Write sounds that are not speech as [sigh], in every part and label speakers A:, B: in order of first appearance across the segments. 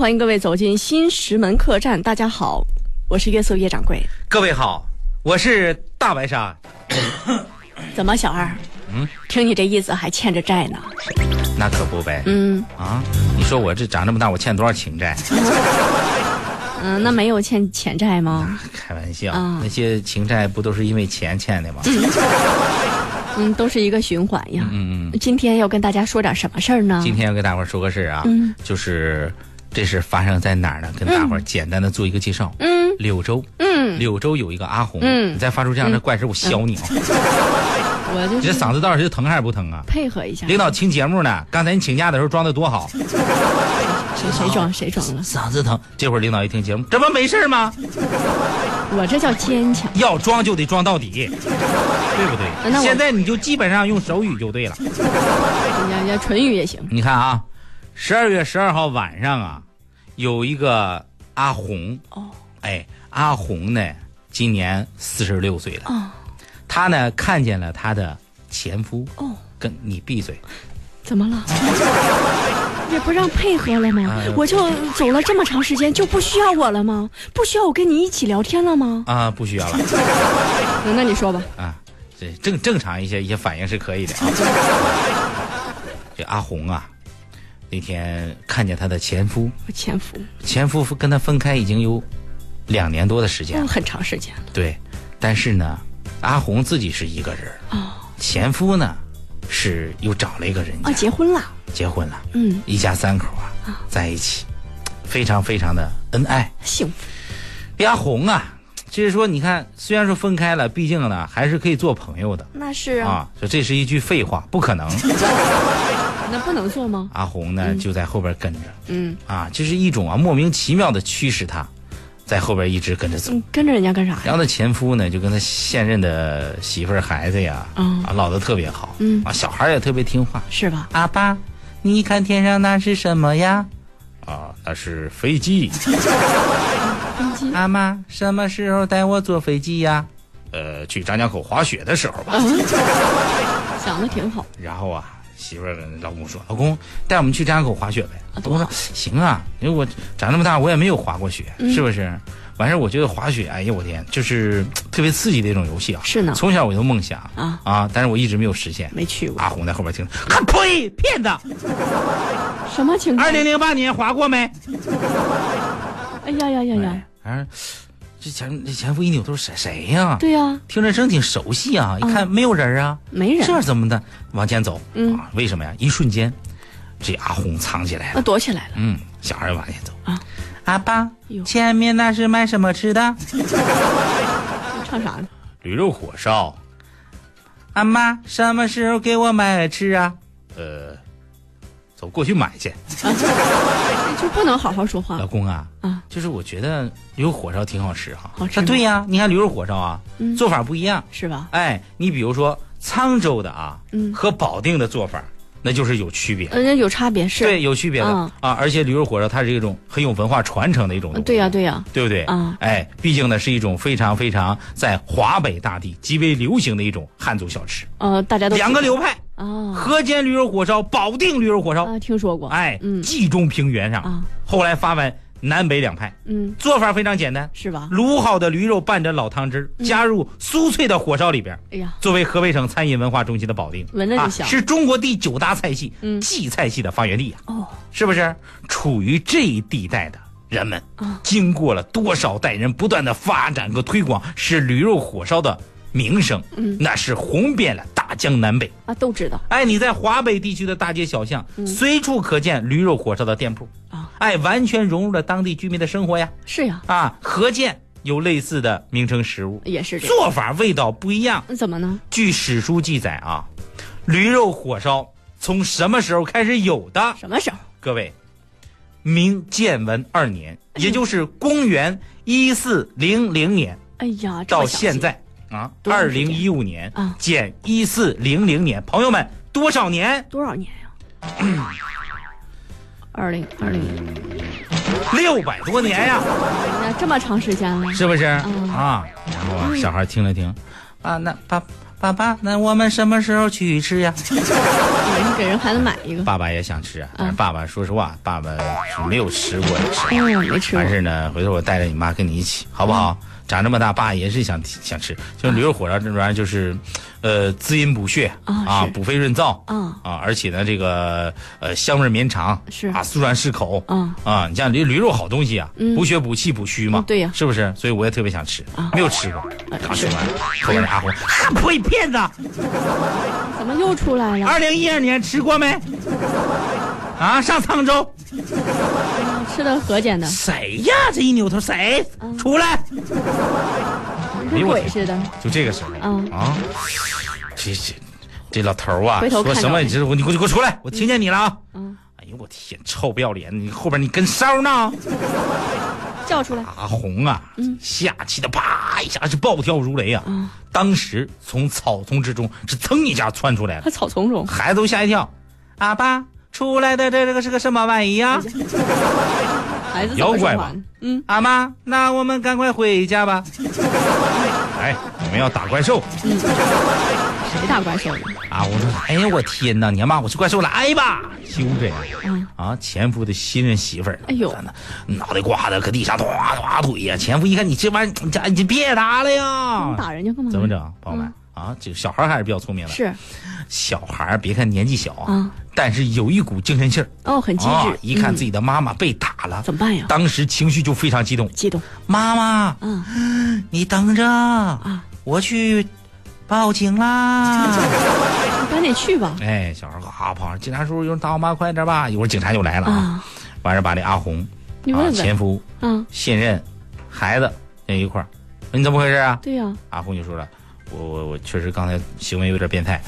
A: 欢迎各位走进新石门客栈。大家好，我是月素叶掌柜。
B: 各位好，我是大白鲨。
A: 怎么，小二？嗯，听你这意思还欠着债呢？
B: 那可不呗。
A: 嗯
B: 啊，你说我这长这么大，我欠多少
A: [laughs]
B: 情债？
A: 嗯，那没有欠钱债吗？
B: 开玩笑，
A: 啊
B: 那些情债不都是因为钱欠的吗？
A: 嗯，都是一个循环呀。
B: 嗯
A: 嗯。今天要跟大家说点什么事儿呢？
B: 今天要给大伙儿说个事儿啊，
A: 嗯
B: 就是这是发生在哪儿呢？跟大伙儿简单的做一个介绍。
A: 嗯
B: 柳州，
A: 嗯，
B: 柳州有一个阿红，
A: 嗯
B: 你再发出这样的怪声，我削你啊！
A: 我
B: 你
A: 就
B: 这
A: 是
B: 嗓子到底是疼还是不疼啊？
A: 配合一下。
B: 领导听节目呢，刚才你请假的时候装的多好，
A: 谁谁装谁装了？
B: 嗓子疼。这会儿领导一听节目，这不没事儿吗？
A: 我这叫坚强。
B: 要装就得装到底，对不
A: 啊那我
B: 对？现在你就基本上用手语就对了。
A: 人家人家唇语也行。
B: 你看啊，十二月十二号晚上啊，有一个阿红，
A: 哦
B: 哎，阿红呢，今年四十六岁了，
A: 哦
B: 她呢看见了她的前夫，
A: 哦，
B: 跟你闭嘴，
A: 怎么了？ [laughs] 这不让配合了吗？
B: 哎
A: 我就走了这么长时间，就不需要我了吗？不需要我跟你一起聊天了吗？
B: 啊，不需要了
A: [laughs] 嗯那你说吧。
B: 啊，这正正常一些一些反应是
A: [laughs]
B: 可以的啊。这阿红啊，那天看见她的前夫，
A: 我潜伏，
B: 前夫跟她分开已经有两年多的时间
A: 嗯
B: 了，
A: 很长时间了。
B: 对。但是呢，阿红自己是一个人儿，
A: 哦
B: 前夫呢是又找了一个人
A: 啊，
B: 家，
A: 结婚了。
B: 结婚了，
A: 嗯，
B: 一家三口啊在一起，非常非常的恩爱。
A: 幸福。
B: 这阿红啊，就是说，你看，虽然说分开了，毕竟呢还是可以做朋友的
A: 那是，
B: 啊。说这是一句废话，
A: [laughs]
B: 不可能。啊
A: 那不能做吗？
B: 阿红呢就在后边跟着
A: 嗯，
B: 啊，这是一种啊莫名其妙的驱使她，在后边一直跟着走。
A: 嗯跟着人家干啥呀？
B: 然后她前夫呢，就跟她现任的媳妇儿、孩子呀，
A: 嗯
B: 啊，唠得特别好，
A: 嗯
B: 啊，小孩儿也特别听话。
A: 是吧？
B: 阿爸，你看天上那是什么呀？啊，那是飞机。
A: 机
B: 阿妈，什么时候带我坐飞机呀？呃，去张家口滑雪的时候吧。
A: 嗯，想的挺好。
B: 然后啊，媳妇儿跟老公说：“老公，带我们去张家口滑雪呗。”老公说：“行啊，因为我长这么大，我也没有滑过雪，
A: 嗯
B: 是不是？”完事儿，我觉得滑雪，哎呀，我天，就是特别刺激的一种游戏啊。
A: 是呢
B: 从小我就梦想
A: 啊
B: 啊，但是我一直没有实现。
A: 没去过
B: 阿红在后边听，可呸，骗子！
A: 嗯什么情况？
B: 二零零八年滑过没？
A: 哎呀呀呀呀！
B: 哎，这前这前夫一扭头，谁谁呀、
A: 对呀，
B: 听着声挺熟悉啊，一看没有人啊，
A: 没人
B: 这怎么的？往前走，
A: 嗯
B: 啊，为什么呀？一瞬间，这阿红藏起来
A: 那
B: 了，
A: 躲起来了。
B: 嗯，小孩往前走
A: 啊，
B: 阿爸
A: 哟，
B: 前面那是卖什么吃的？
A: 唱啥呢？
B: 驴肉火烧。阿妈，什么时候给我买吃啊？呃，走过去买去。
A: 就不能好好说话
B: 老公啊，
A: 啊？
B: 就是我觉得驴肉火烧挺好吃哈、
A: 好吃吗
B: 那啊
A: 嗯
B: 对呀、你看驴肉火烧啊，做法不一样。
A: 是吧？
B: 哎，你比如说沧州的啊，
A: 嗯
B: 和保定的做法，那就是有区别，
A: 人家嗯有差别是。
B: 对，有区别的、
A: 嗯
B: 啊。而且驴肉火烧它是一种很有文化传承的一种东
A: 嗯
B: 西，
A: 对呀，对呀。
B: 对不对？
A: 啊
B: 哎，毕竟呢是一种非常非常在华北大地极为流行的一种汉族小吃。
A: 呃，大家都
B: 两个流派，
A: 啊
B: 河间驴肉火烧、保定驴肉火烧，
A: 啊，听说过。
B: 哎，
A: 嗯
B: 冀中平原上，
A: 啊
B: 后来发完南北两派，
A: 嗯，
B: 做法非常简单，
A: 是吧？
B: 卤好的驴肉拌着老汤汁儿，
A: 嗯
B: 加入酥脆的火烧里边儿。
A: 哎呀，
B: 作为河北省餐饮文化中心的保定，
A: 闻着就
B: 啊
A: 香
B: 是中国第九大菜系
A: 嗯
B: 蓟菜系的发源地啊，
A: 哦，
B: 是不是？处于这一地带的人们
A: 啊，
B: 经过了多少代人不断的发展和推广，使驴肉火烧的名声，
A: 嗯
B: 那是红遍了大江南北。
A: 啊，都知道
B: 哎，你在华北地区的大街小巷，随处可见驴肉火烧的店铺
A: 啊，
B: 哎，完全融入了当地居民的生活呀。
A: 是呀，
B: 啊，河间有类似的名称食物，
A: 也是这样。
B: 做法味道不一样。
A: 那怎么呢？
B: 据史书记载啊，驴肉火烧从什么时候开始有的？
A: 什么时候？
B: 各位，明建文二
A: [laughs]
B: 年，也就是公元一四零零年
A: 哎呀，这么
B: 到
A: 详细
B: 现在啊，
A: 多长
B: 二
A: 时间
B: 零一五年
A: 啊
B: 减一四零零年，朋友们多少年？
A: 多少年
B: [coughs]
A: 呀？二零二零
B: 嗯
A: 年，
B: 六百多年呀、
A: 那这么长时间了。
B: 是不是
A: 嗯
B: 啊？然后啊，小
A: [laughs]
B: 孩听了听，啊，那爸爸爸，那我们什么时候去吃呀？
A: 没你给人孩子买一个。
B: 爸爸也想吃啊，但是
A: 嗯
B: 爸爸说实话，爸爸是没有吃过的。
A: 哎呦，没吃过
B: 完。事呢，回头我带着你妈跟你一起，好不好？
A: 嗯
B: 长这么大，爸也是想想吃，就是驴肉火烧这玩意儿，就是，呃，滋阴补血、
A: 啊
B: 啊
A: 是，
B: 补肺润燥、
A: 嗯
B: 啊，而且呢，这个呃香味绵长，
A: 是
B: 啊，酥软适口，
A: 嗯
B: 啊，你像驴驴肉好东西啊，
A: 嗯
B: 补血补气补虚嘛，
A: 嗯对呀啊呃
B: 是不是？所以我也特别想吃，没有吃过，刚吃完，后边阿红， [laughs] 哈呸，骗子，
A: 嗯怎么又出来了？
B: 二零一二年吃过没？啊，上沧州。
A: 吃的和简的，
B: 谁呀？这一扭头谁
A: 嗯
B: 出来？哎
A: 跟
B: 呦我
A: 鬼似
B: 天
A: 的。
B: 就这个时候
A: 嗯
B: 啊，这这这老头儿啊，
A: 回头
B: 说
A: 看
B: 什么？
A: 着
B: 你这我你给我你给我出来！我听见你了啊！
A: 嗯，
B: 哎呦我天，臭不要脸！你后边你跟梢呢？
A: 叫出来。
B: 阿红啊，
A: 嗯
B: 下气的啪一下是暴跳如雷啊！当时从草丛之中是噌一下窜出来了，
A: 他草丛中，
B: 孩子都吓一跳。阿爸出来的这这个是个什么玩意呀、
A: 孩子
B: 摇拐吧
A: 吧？嗯，
B: 阿妈，那我们赶快回家吧。 [laughs] 哎，我们要打怪兽。
A: 谁打怪兽的？
B: 啊！我说，哎呀，我天哪！你妈，我是怪兽了！哎吧，就这样
A: 嗯
B: 啊，前夫的新任媳妇儿，
A: 哎呦
B: 在那脑袋瓜子搁地上哗哗腿呀！前夫一看你这玩意儿，你这你别打了呀！
A: 打人家干嘛？
B: 啊怎么？整，朋友们？啊，这个小孩还是比较聪明的。
A: 是
B: 小孩儿，别看年纪小
A: 啊，
B: 但是有一股精神性儿
A: 哦，很机
B: 啊
A: 智！。
B: 一看
A: 嗯
B: 自己的妈妈被打了，
A: 怎么办呀？
B: 当时情绪就非常激动。
A: 激动。
B: 妈妈，
A: 嗯，
B: 你等着啊，我去报警啦！
A: 赶紧去吧。
B: 哎，小孩儿啊跑，警察叔叔，有人打我妈，快点吧！一会儿警察就来了啊。
A: 啊，
B: 完事儿把这阿红
A: 你
B: 啊
A: 问
B: 前
A: 问。
B: 夫、
A: 啊，
B: 现任、孩子那一块儿，你怎么回事啊？
A: 对呀，
B: 阿红就说了，我我我确实刚才行为有点变态，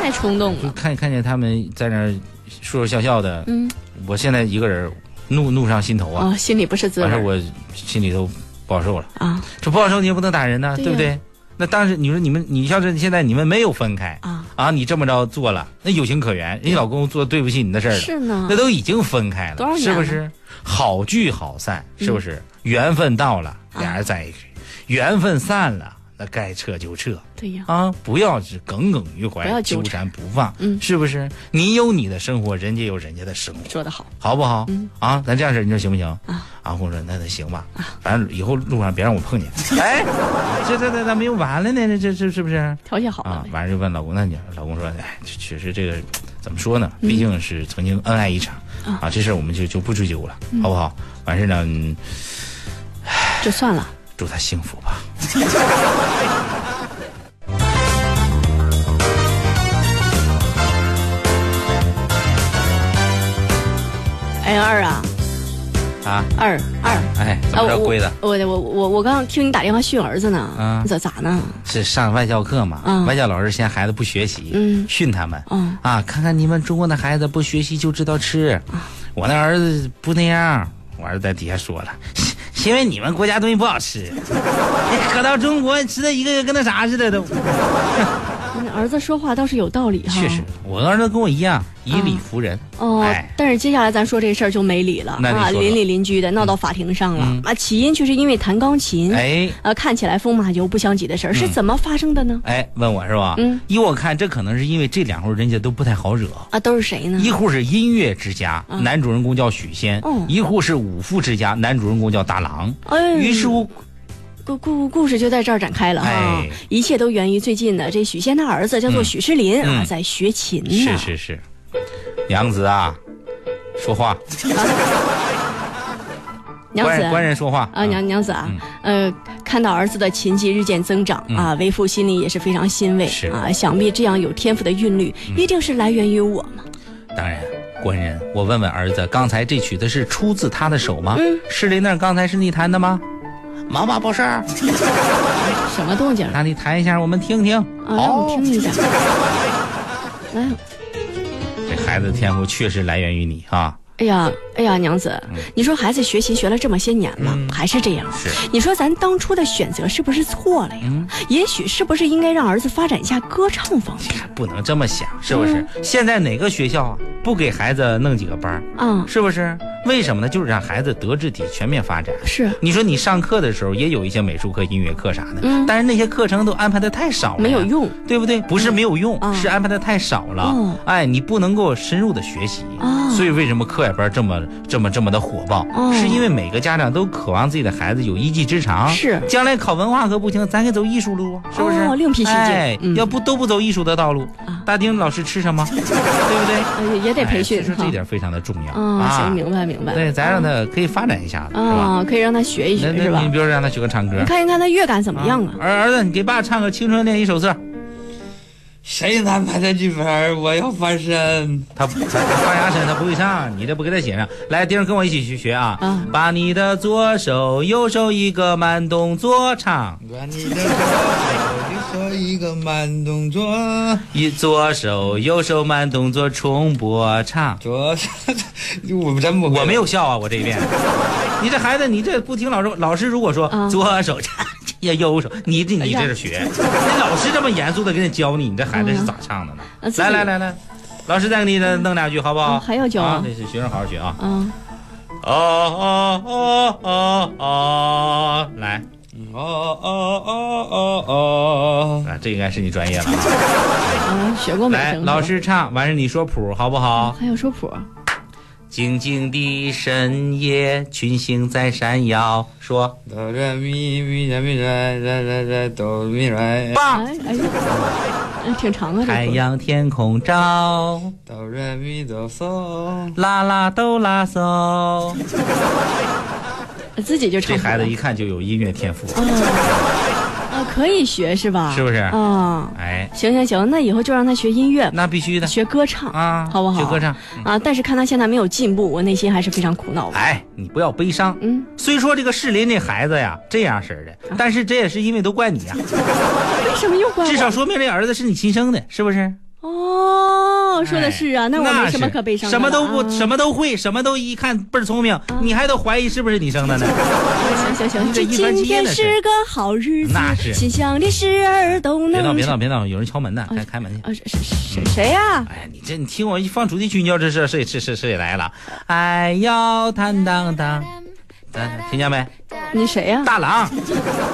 A: 太冲动
B: 就
A: 了。
B: 看看见他们在那儿说说笑笑的，
A: 嗯，
B: 我现在一个人怒怒上心头啊，
A: 哦，心里不是滋
B: 完事儿
A: 味
B: 我心里头不好受了。
A: 啊
B: 这不好受你也不能打人呢，
A: 对
B: 对
A: 呀
B: 不对？那当时你说你们，你要是现在你们没有分开
A: 啊，
B: 啊，你这么着做了，那有情可原，你老公做对不起你的事儿了，
A: 是呢
B: 那。都已经分开
A: 嗯多少
B: 了，
A: 年
B: 是不
A: 了嗯
B: 是？好聚好散，是不是？缘分到了，
A: 啊
B: 俩人在一起；缘分散了，那该撤就撤
A: 对呀，
B: 啊，不要是耿耿于
A: 不
B: 怀，
A: 要纠
B: 纠缠不放，
A: 嗯
B: 是不是？你有你的生活，人家有人家的生活。
A: 说得好。
B: 好不好？啊，咱这样式儿你说行不行？
A: 嗯啊，
B: 阿红说那那行吧，反正以后路上别让我碰见。哎，这这这咋没有完了呢？这这这是不是？
A: 调节好了
B: 啊
A: 呗，，
B: 完事就问老公，那你老公说，哎，这确实这个怎么说呢？
A: 嗯
B: 毕竟是曾经恩爱一场、啊，这事儿我们就就不追究了，
A: 嗯
B: 好不好？完事呢，嗯啊
A: 就算了。
B: 祝他幸福吧。
A: 哎，二啊，
B: 啊，
A: 二二。
B: 哎，怎
A: 啊，
B: 么着
A: 我
B: 归的？
A: 我我我我刚听你打电话训儿子呢，
B: 嗯
A: 你咋咋呢？
B: 是上外教课嘛？
A: 嗯
B: 外教老师嫌孩子不学习，
A: 嗯
B: 训他们。
A: 嗯
B: 啊，看看你们中国的孩子不学习就知道吃，
A: 啊
B: 我那儿子不那样。我儿子在底下说了， [laughs] 是是因为你们国家东西不好吃， [laughs] 可到中国吃的一个个跟那啥似的都。
A: 你儿子说话倒是有道理哈。
B: 确实，我儿子跟我一样以理服人。
A: 哦
B: 哎，
A: 但是接下来咱说这事儿就没理了
B: 那你
A: 啊，
B: 说说嗯
A: 邻里邻居的闹到法庭上了、啊，起因却是因为弹钢琴，
B: 哎嗯
A: 呃，看起来风马牛不相及的事儿、是怎么发生的呢？
B: 哎，问我是吧？
A: 嗯
B: 依我看，这可能是因为这两户人家都不太好惹。
A: 啊，都是谁呢？
B: 一户是音乐之家，男主人公叫许仙；
A: 嗯
B: 一户是武术之家，男主人公叫大郎。
A: 哎，
B: 于是乎，
A: 故故故事就在这儿展开了哈、
B: 哎
A: 一切都源于最近的这许仙他儿子叫做许世林、啊，
B: 嗯
A: 在学琴呢。
B: 是是是，娘子啊，说话，
A: 娘
B: 官
A: 子
B: 人官人说话
A: 啊，娘娘子啊，
B: 嗯
A: 呃，看到儿子的琴技日渐增长、啊，为父心里也是非常欣慰
B: 是嗯
A: 啊。想必这样有天赋的韵律，一定是来源于我嘛。
B: 当然，官人，我问问儿子，刚才这曲子是出自他的手吗？
A: 嗯，
B: 诗林那儿刚才是你弹的吗？毛毛不是，
A: 什么动静啊？
B: 那你弹一下，我们听听。
A: 啊，让
B: 哦
A: 我们听一
B: [laughs]
A: 下。来，
B: 这孩子的天赋确实来源于你啊！
A: 哎呀，哎呀，娘子，
B: 嗯
A: 你说孩子学琴学了这么些年了，还是这样，
B: 是
A: 你说咱当初的选择是不是错了呀？
B: 嗯
A: 也许是不是应该让儿子发展一下歌唱方面
B: 不能这么想，是不
A: 嗯
B: 是？现在哪个学校啊不给孩子弄几个班儿？
A: 啊、
B: 是不是？为什么呢？就是让孩子德智体全面发展。
A: 是
B: 你说你上课的时候也有一些美术课、音乐课啥的，但是那些课程都安排的太少了，
A: 嗯没有，用
B: 对不对？不是没有用，
A: 啊
B: 是安排的太少了。
A: 哦
B: 哎，你不能够深入的学习，
A: 哦
B: 所以为什么课外班这么这么这么的火爆？
A: 哦
B: 是因为每个家长都渴望自己的孩子有一技之长，
A: 是
B: 将来考文化课不行，咱给走艺术路啊，是不是？
A: 哦另辟蹊径
B: 哎，
A: 嗯
B: 要不都不走艺术的道路，
A: 啊
B: 大丁老师
A: [laughs]
B: 吃什么？对不对？
A: 呃也得培训
B: 哎所以说
A: 哈
B: 这点非常的重要
A: 啊，行，
B: 啊。
A: 明白明白。
B: 对，咱让他可以发展一下子，是吧？
A: 啊，可以让他学一
B: 那
A: 学是
B: 那
A: 吧
B: 你？比如说让他学个唱歌
A: 你，看一看他乐感怎么样啊？
B: 儿儿子，你给爸唱个《青春练习手册》，
C: 谁安排的剧本？我要翻身。
B: 他他他发牙碜，他不会唱，你这不给他写上。来，丁儿跟我一起去学啊！
A: 啊
B: 把你的左手右手一个慢动作唱，
C: 把你的左手右手一个慢动作，
B: 一左手右手慢动作重播唱。
C: 左手，我真不会
B: 我没有笑啊，我
A: [laughs]
B: 这一遍。你这孩子，你这不听老师，老师如果说、
A: 啊
B: 左手唱呀右手，你
A: 哎
B: 这你这是学，那老师这么严肃的跟你教你，你这孩子是咋唱的呢？
A: 啊自己
B: 来来来来，老师再给你弄两句好不好？
A: 啊还要教啊
B: 啊？那是学生好好学啊。
A: 啊，
B: 哦哦哦哦哦，来
C: 哦哦哦哦哦，
B: 啊，这应该是你专业了啊。
A: 啊，学过美
B: 来，
A: 声是吧。
B: 老师唱完事你说谱好不好？
A: 还有说谱，
B: 静静的深夜，群星在闪耀。说
C: 哆来咪咪来咪来来来来哆咪来，
B: 棒。
A: 哎哎呀，哎挺长啊，
B: 太
A: 这个
B: 阳天空照，
C: 哆来咪哆嗦。
B: 啦啦哆啦嗦。
A: 自己就唱
B: 这
A: 谱了。
B: 孩子一看就有音乐天赋，
A: 啊，可以学是吧？
B: 是不是
A: 啊，
B: 哎，
A: 行行行，那以后就让他学音乐，
B: 那必须的
A: 学歌唱
B: 啊，
A: 好不好？
B: 学歌唱，
A: 啊，但是看他现在没有进步，我内心还是非常苦恼的。
B: 哎，你不要悲伤。
A: 嗯，
B: 虽说这个士林这孩子呀这样式儿的，但是这也是因为都怪你呀，
A: 为什么又怪我？
B: 哎至少说明这儿子是你亲生的，是不是？
A: 哦，说的是啊，那我没什么
B: 哎是
A: 可悲伤的了
B: 什么
A: 啊。
B: 都不，什么都会，什么都一看倍儿聪明，你还都怀疑是不是你生的呢？
A: 行行行，
B: 这
A: 这
B: 一番
A: 今
B: 经验
A: 天
B: 的事
A: 是个好日子，
B: 那是
A: 心想的事儿都
B: 别闹
A: 能
B: 别
A: 成。
B: 闹别闹，有人敲门呢，开开门去。
A: 啊，谁谁谁谁呀？
B: 哎呀，你这你听我一放主题曲，你要这这这这这这也来了。哎呦，坦荡荡，嗯，听见没？
A: 你谁呀？
B: 大郎，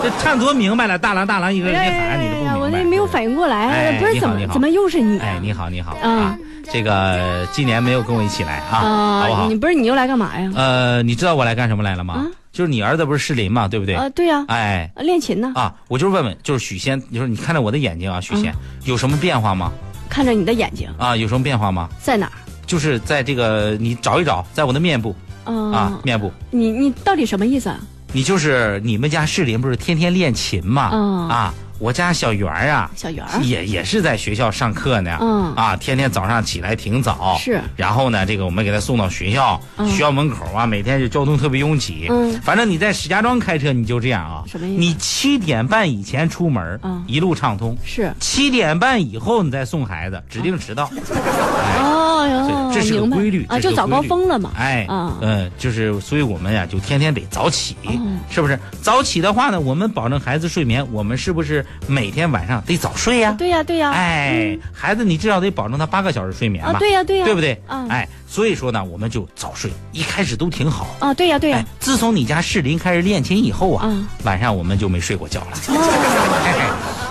B: 这唱多明白了，大郎大郎一
A: 哎
B: 个人喊你都不明白。
A: 我那没有反应过来，
B: 哎
A: 不是
B: 你
A: 怎
B: 好你
A: 么
B: 好
A: 怎么又是你？
B: 哎，你好你好
A: 嗯
B: 啊，这个今年没有跟我一起来啊，好不好
A: 你？不是你又来干嘛呀？
B: 呃，你知道我来干什么来了
A: 嗯啊
B: 吗？就是你儿子不是士林嘛，对不对？
A: 啊，对呀，
B: 哎。
A: 啊练琴呢，
B: 啊，我就是问问，就是许仙，你说你看着我的眼睛啊，许
A: 嗯
B: 仙、有什么变化吗？
A: 看着你的眼睛
B: 啊，有什么变化吗？
A: 在哪儿？
B: 就是在这个你找一找，在我的面部啊
A: 啊，，
B: 面部，
A: 你你到底什么意思啊？
B: 你就是你们家士林不是天天练琴吗？
A: 嗯
B: 啊，我家小圆儿啊，
A: 小圆儿，
B: 也也是在学校上课呢，
A: 嗯
B: 啊，天天早上起来挺早，
A: 是，
B: 然后呢，这个我们给他送到学校，
A: 嗯
B: 学校门口啊，每天就交通特别拥挤，
A: 嗯
B: 反正你在石家庄开车你就这样啊，
A: 什么意思
B: 你七点半以前出门，
A: 嗯
B: 一路畅通，
A: 是
B: 七点半以后你再送孩子，指定迟到。
A: 嗯哦哟，
B: 哎这是个
A: 明白
B: 规律
A: 啊，
B: 这是
A: 就
B: 个
A: 早高
B: 规律
A: 峰了嘛。
B: 哎，
A: 啊
B: 嗯，就是，所以我们呀，就天天得早起，
A: 哦
B: 是不是？早起的话呢，我们保证孩子睡眠，我们是不是每天晚上得早睡呀？
A: 对呀对呀，
B: 哎，孩子，你至少得保证他八个小时睡眠
A: 啊
B: 吧？
A: 对呀对呀，
B: 对不对？
A: 啊
B: 哎，所以说呢，我们就早睡，一开始都挺好。
A: 啊，对呀对呀
B: 哎，，自从你家士林开始练琴以后啊，
A: 啊
B: 晚上我们就没睡过觉了。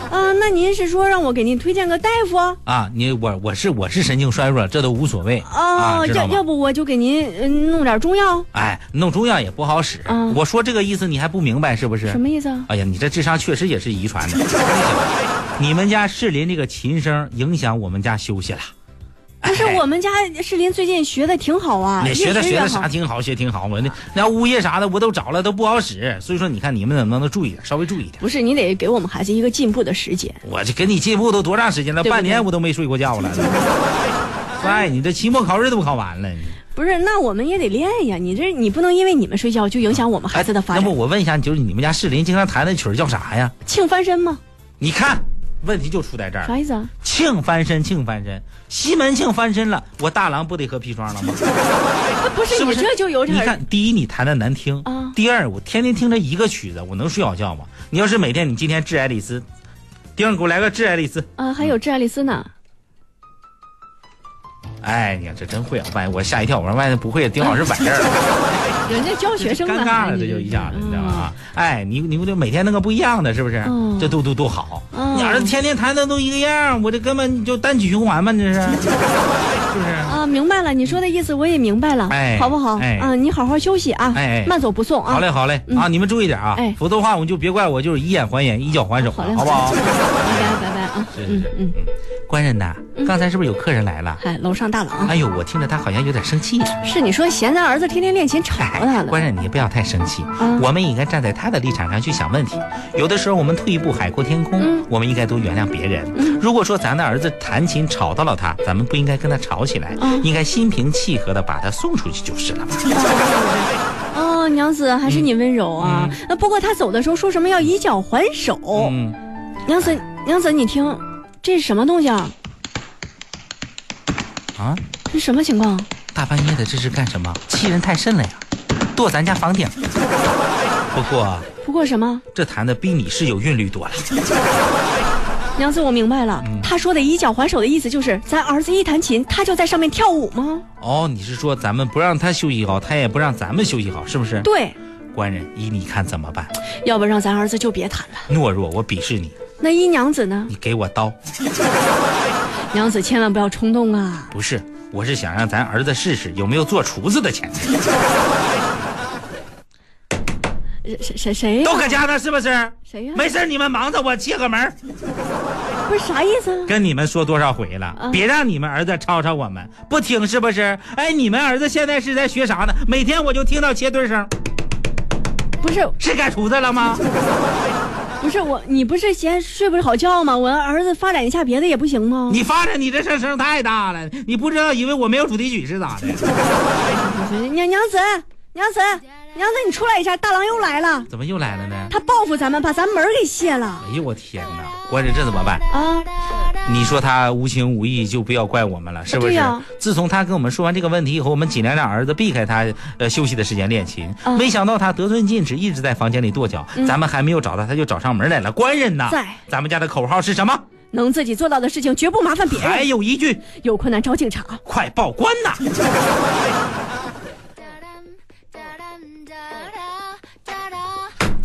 A: 啊，那您是说让我给您推荐个大夫？
B: 啊，你我我是我是神经衰弱，这都无所谓啊，
A: 哦，
B: 知
A: 要
B: 道吗
A: 要？不我就给您呃弄点中药，
B: 哎，弄中药也不好使。
A: 啊
B: 我说这个意思你还不明白是不是？
A: 什么意思啊？
B: 哎呀，你这智商确实也是遗传
A: [laughs]
B: 的。你们家士林这个琴声影响我们家休息了。
A: 不是
B: 哎
A: 我们家士林最近学的挺好啊，
B: 你
A: 越
B: 学的学
A: 越
B: 的
A: 好
B: 啥挺好，学挺好嘛。那那物业啥的我都找了，都不好使。所以说，你看你们能不能注意点，稍微注意点。
A: 不是，你得给我们孩子一个进步的时间。
B: 我这给你进步都多长时间了？
A: 对不对
B: 半年我都没睡过
A: [laughs]
B: 觉了。哎，你这期末考试都考完了。你
A: 不是，那我们也得练呀。你这你不能因为你们睡觉就影响我们孩子的发
B: 哎
A: 展
B: 要。不我问一下，就是你们家士林经常弹的曲儿叫啥呀？
A: 庆翻身吗？
B: 你看，问题就出在这儿
A: 啥，意思啊？
B: 庆翻身，庆翻身，西门庆翻身了，我大郎不得喝砒霜了吗？
A: 啊不是
B: 是不
A: 你
B: 是
A: 这就 [laughs] 有
B: 你
A: 点儿
B: 看，第一你弹的难听，
A: 啊
B: 第二我天天听着一个曲子，我能睡好觉吗？你要是每天你今天致爱丽丝，丁儿给我来个致爱丽丝，
A: 啊，还有致爱丽丝呢。
B: 哎，你看这真会啊！万一我吓一跳，我说万一不会，丁老师崴这儿了，
A: 嗯人家教 [laughs] 学生
B: 尴
A: 呢，
B: 尬
A: 还
B: 了，
A: 你
B: 这就一下子，你知道
A: 嗯
B: 吧？哎，你你就每天那个不一样的，是不是？
A: 嗯
B: 这都都都好，
A: 嗯
B: 你儿子天天弹的都一个样，我这根本就单曲循环嘛，这
A: [laughs]
B: 是，是不是？
A: 啊，明白了，你说的意思我也明白了，
B: 哎
A: 好不好？
B: 哎
A: 啊，你好好休息啊，
B: 哎哎
A: 慢走不送啊。
B: 好嘞，好嘞
A: 嗯
B: 啊！你们注意点啊
A: 哎，
B: 否则的话我们就别怪我，就是以眼还眼，以脚还手
A: 好嘞
B: 了，好不好？
A: 拜拜拜拜啊，
B: 是是是，
A: 嗯
B: 嗯，官人呐，刚才是不是有客人来了？
A: 嗨，楼上大佬啊，
B: 哎呦，我听着他好像有点生气。
A: 是你说嫌咱儿子天天练琴吵
B: 哎
A: 了他，呢？
B: 官人，你不要太生气
A: 嗯，
B: 我们应该站在他的立场上去想问题。有的时候我们退一步海阔天空
A: 嗯，
B: 我们应该多原谅别人。如果说咱的儿子弹琴吵到了他，咱们不应该跟他吵起来
A: 嗯，
B: 应该心平气和的把他送出去就是了嘛。
A: 哦，娘子还是你温柔啊。那不过他走的时候说什么要以脚还手，
B: 嗯，
A: 娘子娘子你听，这是什么东西啊？
B: 啊，
A: 这是什么情况？
B: 大半夜的这是干什么？欺人太甚了呀！跺咱家房顶。不过
A: 不过什么？
B: 这弹的比你是有韵律多了。
A: 娘子，我明白了，
B: 嗯
A: 他说的以脚还手的意思就是，咱儿子一弹琴，他就在上面跳舞吗？
B: 哦，你是说咱们不让他休息好，他也不让咱们休息好，是不是？
A: 对，
B: 官人，依你看怎么办？
A: 要不让咱儿子就别弹了。
B: 懦弱，我鄙视你，
A: 那一娘子呢？
B: 你给我刀！
A: 娘子千万不要冲动啊！
B: 不是，我是想让咱儿子试试有没有做厨子的潜质，
A: 谁谁谁谁呀、
B: 都搁家呢，是不是？
A: 谁呀、
B: 没事儿，你们忙着，我切个门儿。
A: 不是啥意思啊？
B: 跟你们说多少回了，
A: 啊
B: 别让你们儿子吵吵我们，不听是不是？哎，你们儿子现在是在学啥呢？每天我就听到切墩声，
A: 不是
B: 是该厨子了吗？
A: 不是我，你不是嫌睡不好觉吗？我儿子发展一下别的也不行吗？
B: 你发展你这声声太大了，你不知道以为我没有主题曲是咋的？
A: 娘娘子，娘子，娘子，你出来一下，大郎又来了，
B: 怎么又来了呢？
A: 他报复咱们，把咱门儿给卸了
B: 哎呦我天哪，关着这怎么办？
A: 啊！
B: 你说他无情无义，就不要怪我们了，是不
A: 对
B: 是？
A: 呀
B: 自从他跟我们说完这个问题以后，我们尽量让儿子避开他呃休息的时间练琴。
A: 啊
B: 没想到他得寸进尺，一直在房间里跺脚。咱们还没有找到，他就找上门来了。官人呐，
A: 嗯在
B: 咱们家的口号是什么？
A: 能自己做到的事情，绝不麻烦别
B: 还
A: 人。
B: 有一句，
A: 有困难找警察。
B: 快报官呐！
A: 嗯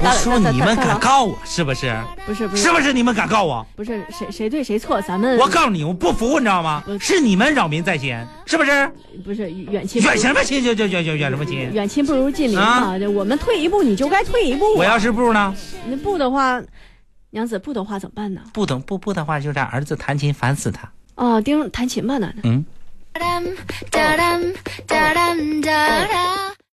B: 我说你们敢告我是不是？
A: 不是不是
B: 是不是你们敢告我？
A: 不是谁谁对谁错，咱们
B: 我告诉你，我不服，你知道吗？
A: 嗯
B: 是你们扰民在先，是不是？
A: 不是远亲不如
B: 远什么亲？就就就就远什么亲？
A: 远亲不如近邻嘛，
B: 啊
A: 这我们退一步你就该退一步
B: 我
A: 啊。
B: 要是不呢？
A: 那不的话，娘子不的话怎么办呢？
B: 不等不不的话，就让儿子弹琴烦死他。
A: 啊，盯着弹琴吧，奶奶。
B: 嗯。
D: Da-dum, da-dum, da-dum, da-dum.